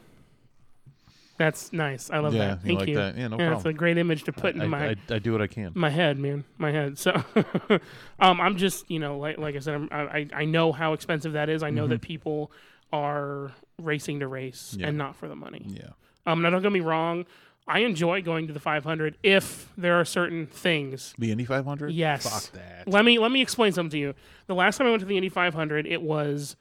A: That's nice. I love
C: Yeah,
A: that.
C: you
A: Thank
C: like
A: you.
C: that? Yeah, no
A: That's a
C: problem.
A: great image to put
C: I,
A: in my Mm.
C: I, I do what I can.
A: my head, man, my head. So, um, I'm just, you know, like like I said, I'm, I I know how expensive that is. I know that people are racing to race
C: Mm-hmm. Yeah.
A: and not for the money.
C: Yeah.
A: Um, now don't get me wrong, I enjoy going to the 500 if there are certain things.
C: The Indy 500?
A: Yes.
C: Fuck that.
A: Let me let me explain something to you. The last time I went to the Indy 500, it was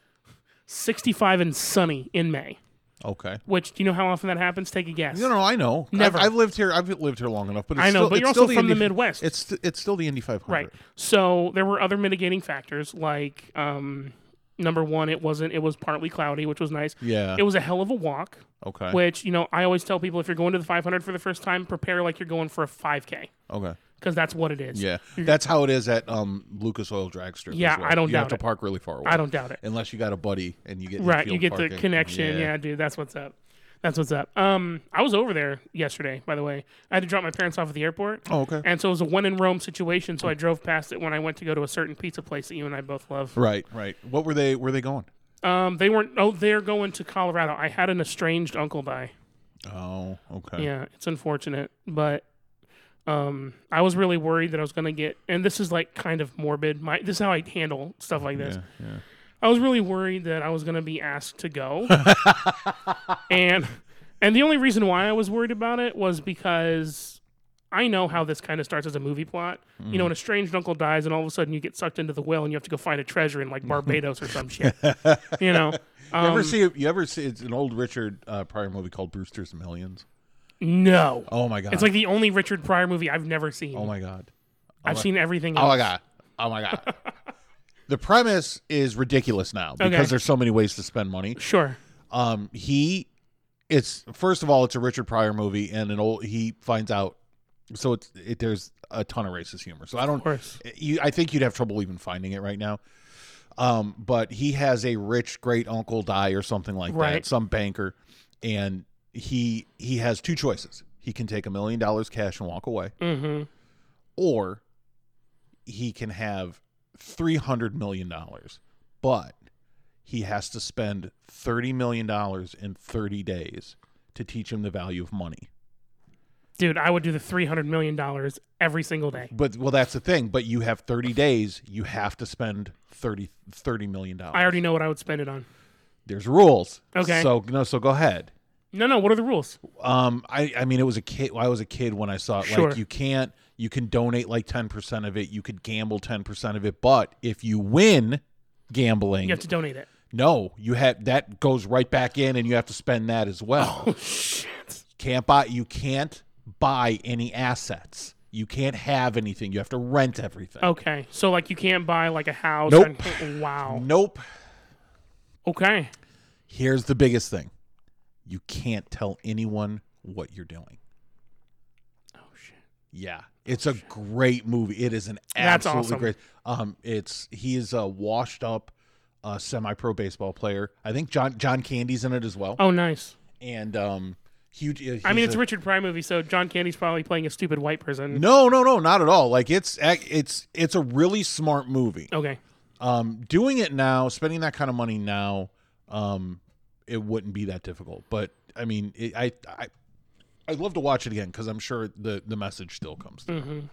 A: 65 and sunny in May.
C: Okay.
A: Which do you know how often that happens? Take a guess.
C: No, no, I know.
A: Never.
C: I, have lived here. I've lived here long enough. But it's
A: I know,
C: still,
A: but
C: it's
A: you're
C: still
A: also from the
C: Indy-
A: Midwest.
C: It's st- it's still the Indy 500.
A: Right. So there were other mitigating factors like um, number one, it wasn't. It was partly cloudy, which was nice.
C: Yeah.
A: It was a hell of a walk,
C: okay.
A: which you know I always tell people if you're going to the 500 for the first time, prepare like you're going for a 5K
C: Okay.
A: because that's what it is.
B: Yeah, that's how it is at um, Lucas Oil Drag Strip. as
A: Yeah,
B: well.
A: I don't
B: You have
A: doubt
B: to
A: it.
B: park really far away,
A: I don't doubt it.
B: unless you got a buddy and you get
A: Right,
B: infield
A: you get the
B: parking.
A: connection. Yeah. dude, that's what's up. That's what's up. Um, I was over there yesterday, by the way. I had to drop my parents off at the airport.
C: Oh, okay.
A: And so it was a when in Rome situation. So I drove past it when I went to go to a certain pizza place that you and I both love.
B: Right.
C: Right. What were they? Were they going?
A: Um, they weren't. Oh, they're going to Colorado. I had an estranged uncle by.
C: Oh, okay.
A: Yeah, it's unfortunate, but um, I was really worried that I was going to get. And this is like kind of morbid. My this is how I handle stuff like this.
C: Yeah. yeah.
A: I was really worried that I was going to be asked to go, and and the only reason why I was worried about it was because. I know how this kind of starts as a movie plot. You
B: Mm-hmm.
A: know, an estranged uncle dies, and all of a sudden you get sucked into the well, and you have to go find a treasure in like Barbados or some shit. You know,
B: You
A: um,
B: ever see? You ever see? It's an old Richard uh, Pryor movie called Brewster's Millions.
A: no.
B: Oh my god!
A: It's like the only Richard Pryor movie I've never seen.
B: oh my god!
A: I've seen everything.
B: Oh
A: else.
B: my god! Oh my god! the premise is ridiculous now because
A: Okay.
B: there's so many ways to spend money.
A: Sure.
B: Um, he, it's first of all, it's a Richard Pryor movie, and an old he finds out. So it's it, there's a ton of racist humor. So I don't.
A: course.
B: You, I think you'd have trouble even finding it right now. Um, but he has a rich great uncle die or something like
A: Right.
B: that, some banker, and he he has two choices. He can take a million dollars cash and walk away,
A: Mm-hmm.
B: or he can have three hundred million dollars, but he has to spend thirty million dollars in thirty days to teach him the value of money.
A: Dude, I would do the three hundred million dollars every single day.
B: But well, that's the thing. But you have thirty days. You have to spend 30, 30 million dollars.
A: I already know what I would spend it on.
B: There's rules.
A: Okay.
B: So no. So go ahead.
A: No, no. What are the rules?
B: Um, I I mean, it was a kid. I was a kid when I saw it.
A: Sure.
B: Like you can't. You can donate like ten percent of it. You could gamble ten percent of it. But if you win gambling,
A: You have to donate it.
B: no, you have that goes right back in, and you have to spend that as well.
A: Oh shit.
B: Can't buy. You can't buy any assets. You can't have anything. You have to rent everything.
A: Okay, so like you can't buy like a house.
B: Nope.
A: and- wow.
B: Nope.
A: Okay.
B: Here's the biggest thing. You can't tell anyone what you're doing.
A: Oh shit.
B: Yeah, it's a great movie. It is an
A: That's
B: absolutely
A: awesome.
B: great. Um, it's he is a washed up, uh, semi pro baseball player. I think John John Candy's in it as well,
A: Oh nice.
B: and um, huge. uh,
A: I mean,
B: he's
A: it's a
B: a-
A: Richard Pryor movie, so John Candy's probably playing a stupid white person.
B: No, no, no, not at all. Like it's ac- it's it's a really smart movie.
A: Okay.
B: Um, doing it now, spending that kind of money now, um, it wouldn't be that difficult. But I mean, it, I I I'd love to watch it again because I'm sure the the message still comes through.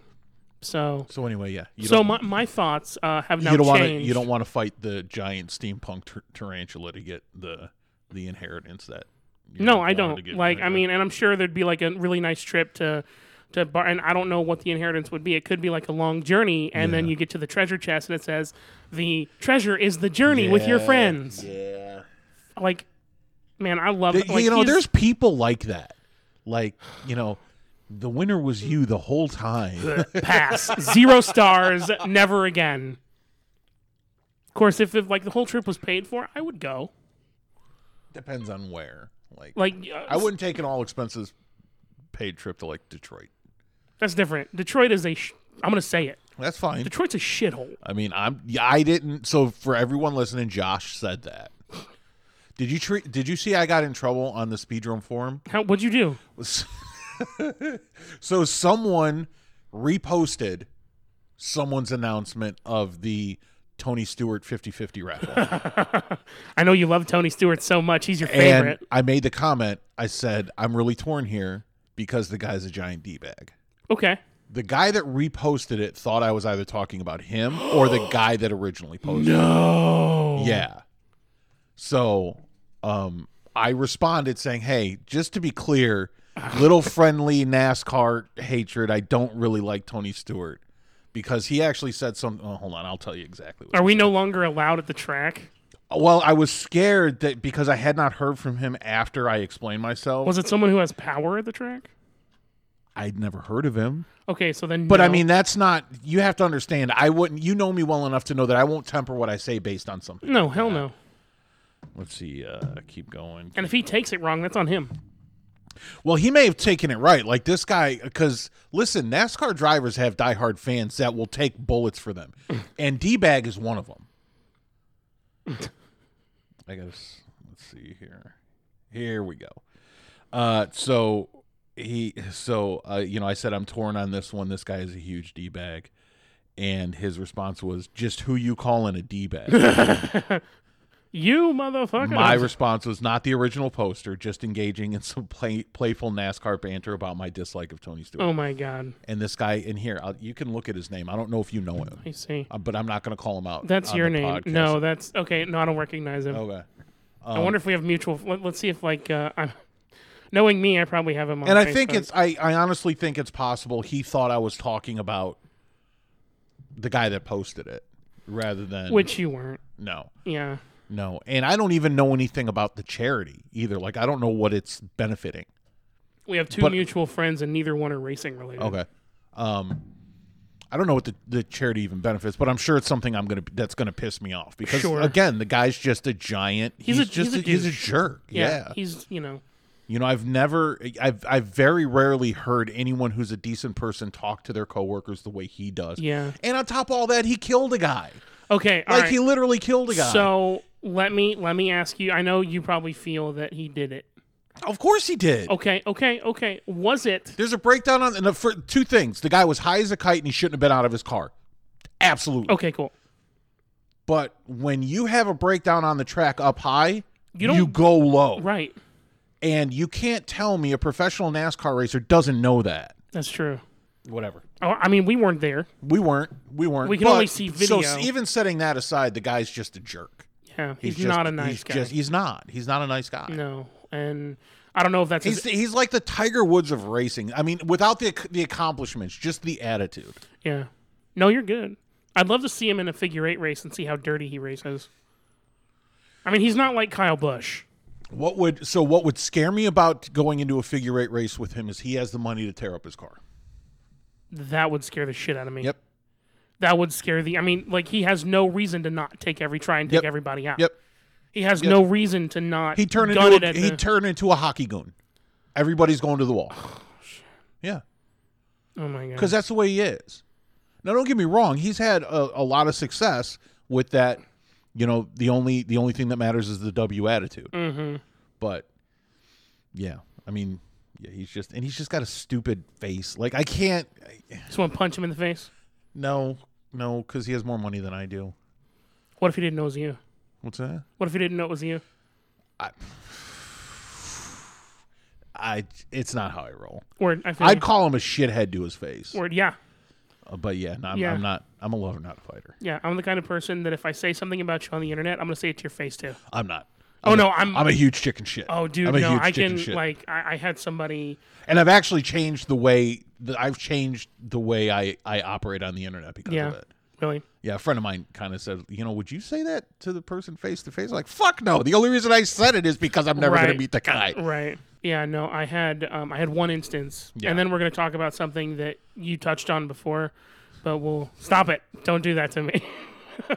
A: So.
B: So anyway, yeah. You
A: Mm. So
B: don't-
A: my, my thoughts uh, have now
B: you don't want to
A: changed.
B: you don't want to fight the giant steampunk tar- tarantula to get the the inheritance that. you
A: No, I
B: wanted to
A: don't.
B: get
A: Like,
B: rid
A: I
B: of.
A: mean, and I'm sure there'd be like a really nice trip to, to bar, and I don't know what the inheritance would be. It could be like a long journey, and then you get to the treasure chest, and it says the treasure is the journey with your
B: Yeah,
A: friends.
B: Yeah,
A: Like, man, I love.
B: Th-
A: it. Like,
B: you know,
A: he's-
B: there's people like that. Like, you know, the winner was you the whole time.
A: pass zero stars, never again. Of course, if, if like the whole trip was paid for, I would go.
B: Depends on where. Like,
A: Like, uh,
B: I wouldn't take an all expenses paid trip to like Detroit.
A: That's different. Detroit is a. Sh- I'm gonna say it.
B: That's fine.
A: Detroit's a shithole.
B: I mean, I'm yeah, I didn't. So for everyone listening, Josh said that. Did you treat? Did you see? I got in trouble on the speedrun forum.
A: How? What'd you do?
B: So someone reposted someone's announcement of the Tony Stewart 50-50 raffle.
A: I know you love Tony Stewart so much. He's your
B: and
A: favorite.
B: I made the comment. I said I'm really torn here because the guy's a giant d bag.
A: okay.
B: The guy that reposted it thought I was either talking about him or the guy that originally posted. it.
A: No.
B: Yeah. So, um, I responded saying, "Hey, just to be clear, little friendly NASCAR hatred. I don't really like Tony Stewart because he actually said something. Oh, hold on, I'll tell you exactly. What
A: Are we no longer allowed at the track?
B: well, I was scared that because I had not heard from him after I explained myself.
A: Was it someone who has power at the track?
B: I'd never heard of him.
A: Okay, so then.
B: But I
A: no.
B: mean, that's not. You have to understand. I wouldn't. You know me well enough to know that I won't temper what I say based on something.
A: No, hell no.
B: Let's see. Uh, keep going.
A: And if he takes it wrong, that's on him.
B: Well, he may have taken it right. Like this guy, because listen, NASCAR drivers have diehard fans that will take bullets for them, and D bag is one of them. I guess. Let's see here. Here we go. Uh, so he, so uh, you know, I said I'm torn on this one. This guy is a huge D bag, and his response was just who you calling a D bag.
A: You motherfucker.
B: my response was not the original poster, just engaging in some play, playful NASCAR banter about my dislike of Tony Stewart
A: oh my god.
B: and this guy in here I'll, you can look at his name i don't know if you know him
A: I see.
B: uh, but i'm not going to call him out
A: That's
B: on
A: your
B: the
A: name.
B: podcast. Oh.
A: No, that's okay. No, I don't recognize him.
B: okay
A: I wonder if we have mutual. Let, let's see if like uh, I'm. Knowing me, I probably have him on.
B: and i think
A: Facebook.
B: it's I, I honestly think it's possible he thought i was talking about the guy that posted it rather than
A: which you weren't.
B: no
A: Yeah.
B: no and i don't even know anything about the charity either like i don't know what it's benefiting
A: We have two
B: But-
A: mutual friends, and neither one are racing related.
B: okay um I don't know what the, the charity even benefits, but I'm sure it's something I'm gonna that's gonna piss me off because
A: Sure.
B: again, the guy's just a giant.
A: He's
B: He's,
A: a-
B: just
A: he's a
B: he's a
A: douche.
B: jerk.
A: Yeah,
B: yeah,
A: He's you know.
B: You know, I've never, I've, I've very rarely heard anyone who's a decent person talk to their coworkers the way he does.
A: Yeah.
B: And on top of all that, he killed a guy.
A: Okay. all
B: like
A: right.
B: he literally killed a guy.
A: So let me let me ask you. I know you probably feel that he did it.
B: of course he did.
A: Okay. Okay. Okay. Was it?
B: There's a breakdown on and the, for two things. The guy was high as a kite and he shouldn't have been out of his car. Absolutely.
A: Okay. Cool.
B: But when you have a breakdown on the track up high,
A: You
B: you,
A: don't-
B: go low.
A: Right.
B: And you can't tell me a professional NASCAR racer doesn't know that.
A: That's true.
B: Whatever.
A: Oh, I mean, we weren't there.
B: We weren't. We weren't.
A: We can
B: But-
A: only see video.
B: So even setting that aside, the guy's just a jerk.
A: Yeah. He's,
B: just-
A: not a nice
B: he's
A: guy.
B: Just, he's not. He's not a nice guy.
A: no. And I don't know if that's.
B: He's he's like the Tiger Woods of racing. I mean, without the the accomplishments, just the attitude.
A: yeah. No, you're good. I'd love to see him in a figure eight race and see how dirty he races. I mean, he's not like Kyle Busch.
B: What would so what would scare me about going into a figure eight race with him is he has the money to tear up his car.
A: That would scare the shit out of me.
B: Yep.
A: That would scare the. I mean, like he has no reason to not take every try and take
B: Yep.
A: everybody out.
B: Yep.
A: He has no reason to not.
B: He turned
A: gun
B: into
A: it
B: a,
A: at
B: he
A: the-
B: turned into a hockey goon. Everybody's going to the wall. Yeah,
A: oh my god.
B: because that's the way he is. Now, don't get me wrong. He's had a, a lot of success with that. You know, the only the only thing that matters is the W attitude.
A: hmm
B: but yeah i mean yeah he's just and he's just got a stupid face like i can't
A: Just want to punch him in the face.
B: no no because he has more money than i do
A: What if he didn't know it was you?
B: what's that
A: What if he didn't know it was you?
B: i it's not how i roll
A: Word. I feel
B: i'd
A: I'd
B: call him a shithead to his face
A: word. Yeah.
B: Uh, but yeah, no, I'm,
A: Yeah.
B: I'm not i'm a lover not a fighter
A: Yeah. I'm the kind of person that if I say something about you on the internet, I'm gonna say it to your face too.
B: i'm not
A: Oh no, I'm.
B: i'm a huge chicken shit
A: oh dude,
B: i'm a
A: no,
B: huge
A: I
B: chicken
A: can
B: shit
A: like I, I had somebody.
B: and i've actually changed the way that i've changed the way i i operate on the internet because
A: Yeah.
B: of it
A: Really.
B: Yeah, a friend of mine kind of said, you know, would you say that to the person face to face? Like, fuck no. The only reason I said it is because I'm never going
A: Right.
B: to meet the guy.
A: Right. Yeah. No, I had um, I had one instance,
B: Yeah.
A: and then we're gonna talk about something that you touched on before, but we'll stop it. Don't do that to me.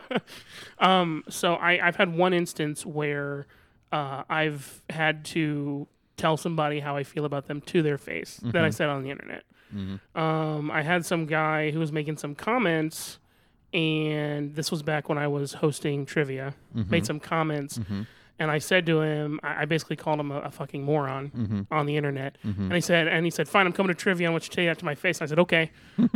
A: um. So I I've had one instance where uh, I've had to tell somebody how I feel about them to their face
B: Mm-hmm.
A: that I said on the internet. Um. I had some guy who was making some comments. And this was back when I was hosting trivia. Made some comments, And I said to him, I I basically called him a, a fucking moron on the internet. And he said, and he said, fine, I'm coming to trivia. I want you to tell you that to my face. And I said, okay.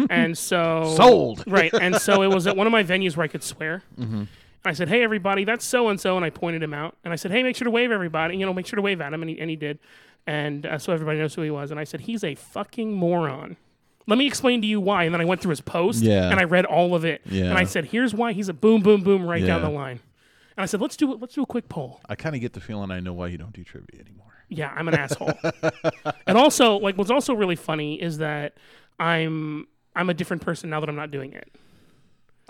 A: and so
D: Sold.
A: right. And so it was at one of my venues where I could swear. And I said, hey everybody, that's so and so, and I pointed him out. And I said, hey, make sure to wave everybody. You know, make sure to wave at him. And he and he did. And uh, so everybody knows who he was. And I said, he's a fucking moron. Let me explain to you why. And then I went through his post
B: Yeah.
A: and I read all of it.
B: Yeah.
A: And I said, here's why he's a boom, boom, boom right down
B: Yeah.
A: the line. And I said, let's do let's do a quick poll.
B: I kind of get the feeling I know why you don't do trivia anymore.
A: Yeah, I'm an asshole. and also, like, what's also really funny is that I'm I'm a different person now that I'm not doing it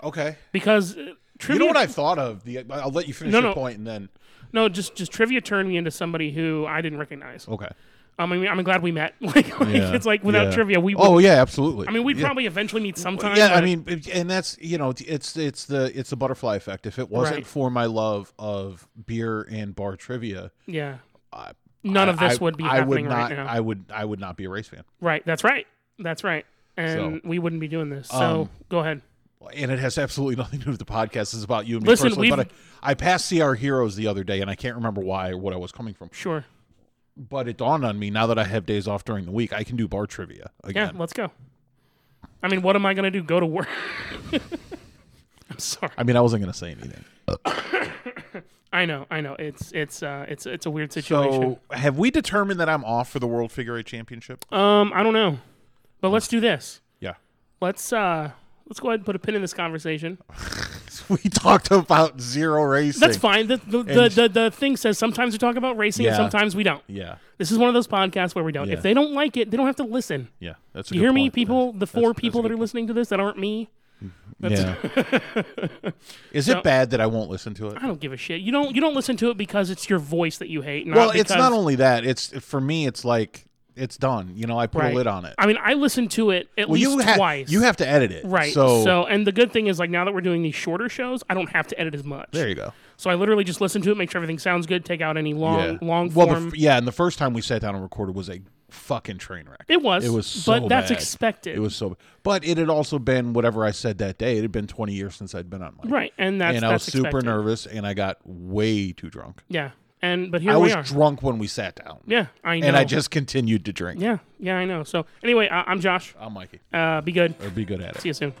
D: Okay.
A: because uh, trivia.
D: You know what I've thought of? The I'll let you finish
A: No,
D: your
A: no.
D: point and then
A: no, just just trivia turned me into somebody who I didn't recognize.
B: Okay.
A: Um, I mean, I'm glad we met. Like, like,
B: Yeah.
A: it's like without
B: Yeah.
A: trivia, we.
B: Oh yeah, absolutely.
A: I mean, we'd
B: yeah.
A: probably eventually meet sometime.
B: Yeah, I
A: but-
B: mean, it- and that's you know, it's it's the it's the butterfly effect. If it wasn't
A: Right.
B: for my love of beer and bar trivia,
A: yeah.
B: I-
A: None of
B: I-
A: this would be
B: I would
A: happening
B: not.
A: right now.
B: I would I would not be a race fan.
A: right. That's right. That's right. And we wouldn't be doing this. So
B: Um,
A: go ahead.
B: And it has absolutely nothing to do with the podcast. It's about you and
A: Listen,
B: me personally. But
A: we've-
B: I, I passed See Our Heroes the other day, and I can't remember why or what I was coming from.
A: Sure.
B: But it dawned on me now that I have days off during the week, I can do bar trivia
A: Yeah,
B: again.
A: let's go. I mean, what am I gonna do? Go to work? I'm sorry.
B: I mean, I wasn't going to say anything.
A: I know. I know. It's it's uh it's it's a weird situation.
B: So, have we determined that I'm off for the World Figure Eight Championship?
A: um, I don't know, but let's do this.
B: Yeah.
A: Let's uh let's go ahead and put a pin in this conversation.
B: We talked about zero racing.
A: That's fine. The the, the, the the thing says sometimes we talk about racing and
B: Yeah.
A: sometimes we don't.
B: Yeah.
A: This is one of those podcasts where we don't. If
B: Yeah.
A: they don't like it, they don't have to listen.
B: Yeah. That's a
A: Do you
B: good
A: hear me,
B: point.
A: people? The four
B: that's a
A: people that
B: good
A: are listening to this that aren't me.
B: yeah. Is
A: So-
B: it bad that I won't listen to it?
A: I don't give a shit. You don't you don't listen to it because it's your voice that you hate. Not
B: Well, it's
A: because-
B: not only that. It's for me. It's like it's done. You know, I put
A: Right.
B: a lid on it.
A: I mean, I listened to it at
B: well,
A: least
B: you have
A: twice.
B: you have to edit it,
A: right.
B: So,
A: and the good thing is like now that we're doing these shorter shows, I don't have to edit as much.
B: there you go.
A: So I literally just listen to it, make sure everything sounds good, take out any long
B: yeah.
A: long
B: well, the
A: form.
B: f- yeah, and the first time we sat down and recorded was a fucking train wreck.
A: it was.
B: It was so
A: but that's
B: bad.
A: expected.
B: It was so, but it had also been whatever I said that day. It had been twenty years since I'd been on mic,
A: right, and that's
B: and I was
A: that's
B: super
A: expected.
B: nervous, and I got way too drunk.
A: Yeah, and but here
B: I
A: we
B: was
A: are.
B: drunk when we sat down,
A: yeah, I know.
B: and I just continued to drink.
A: yeah yeah I know. So anyway, I, I'm Josh.
B: I'm Mikey.
A: Uh, be good.
B: Or be good at it.
A: See you soon.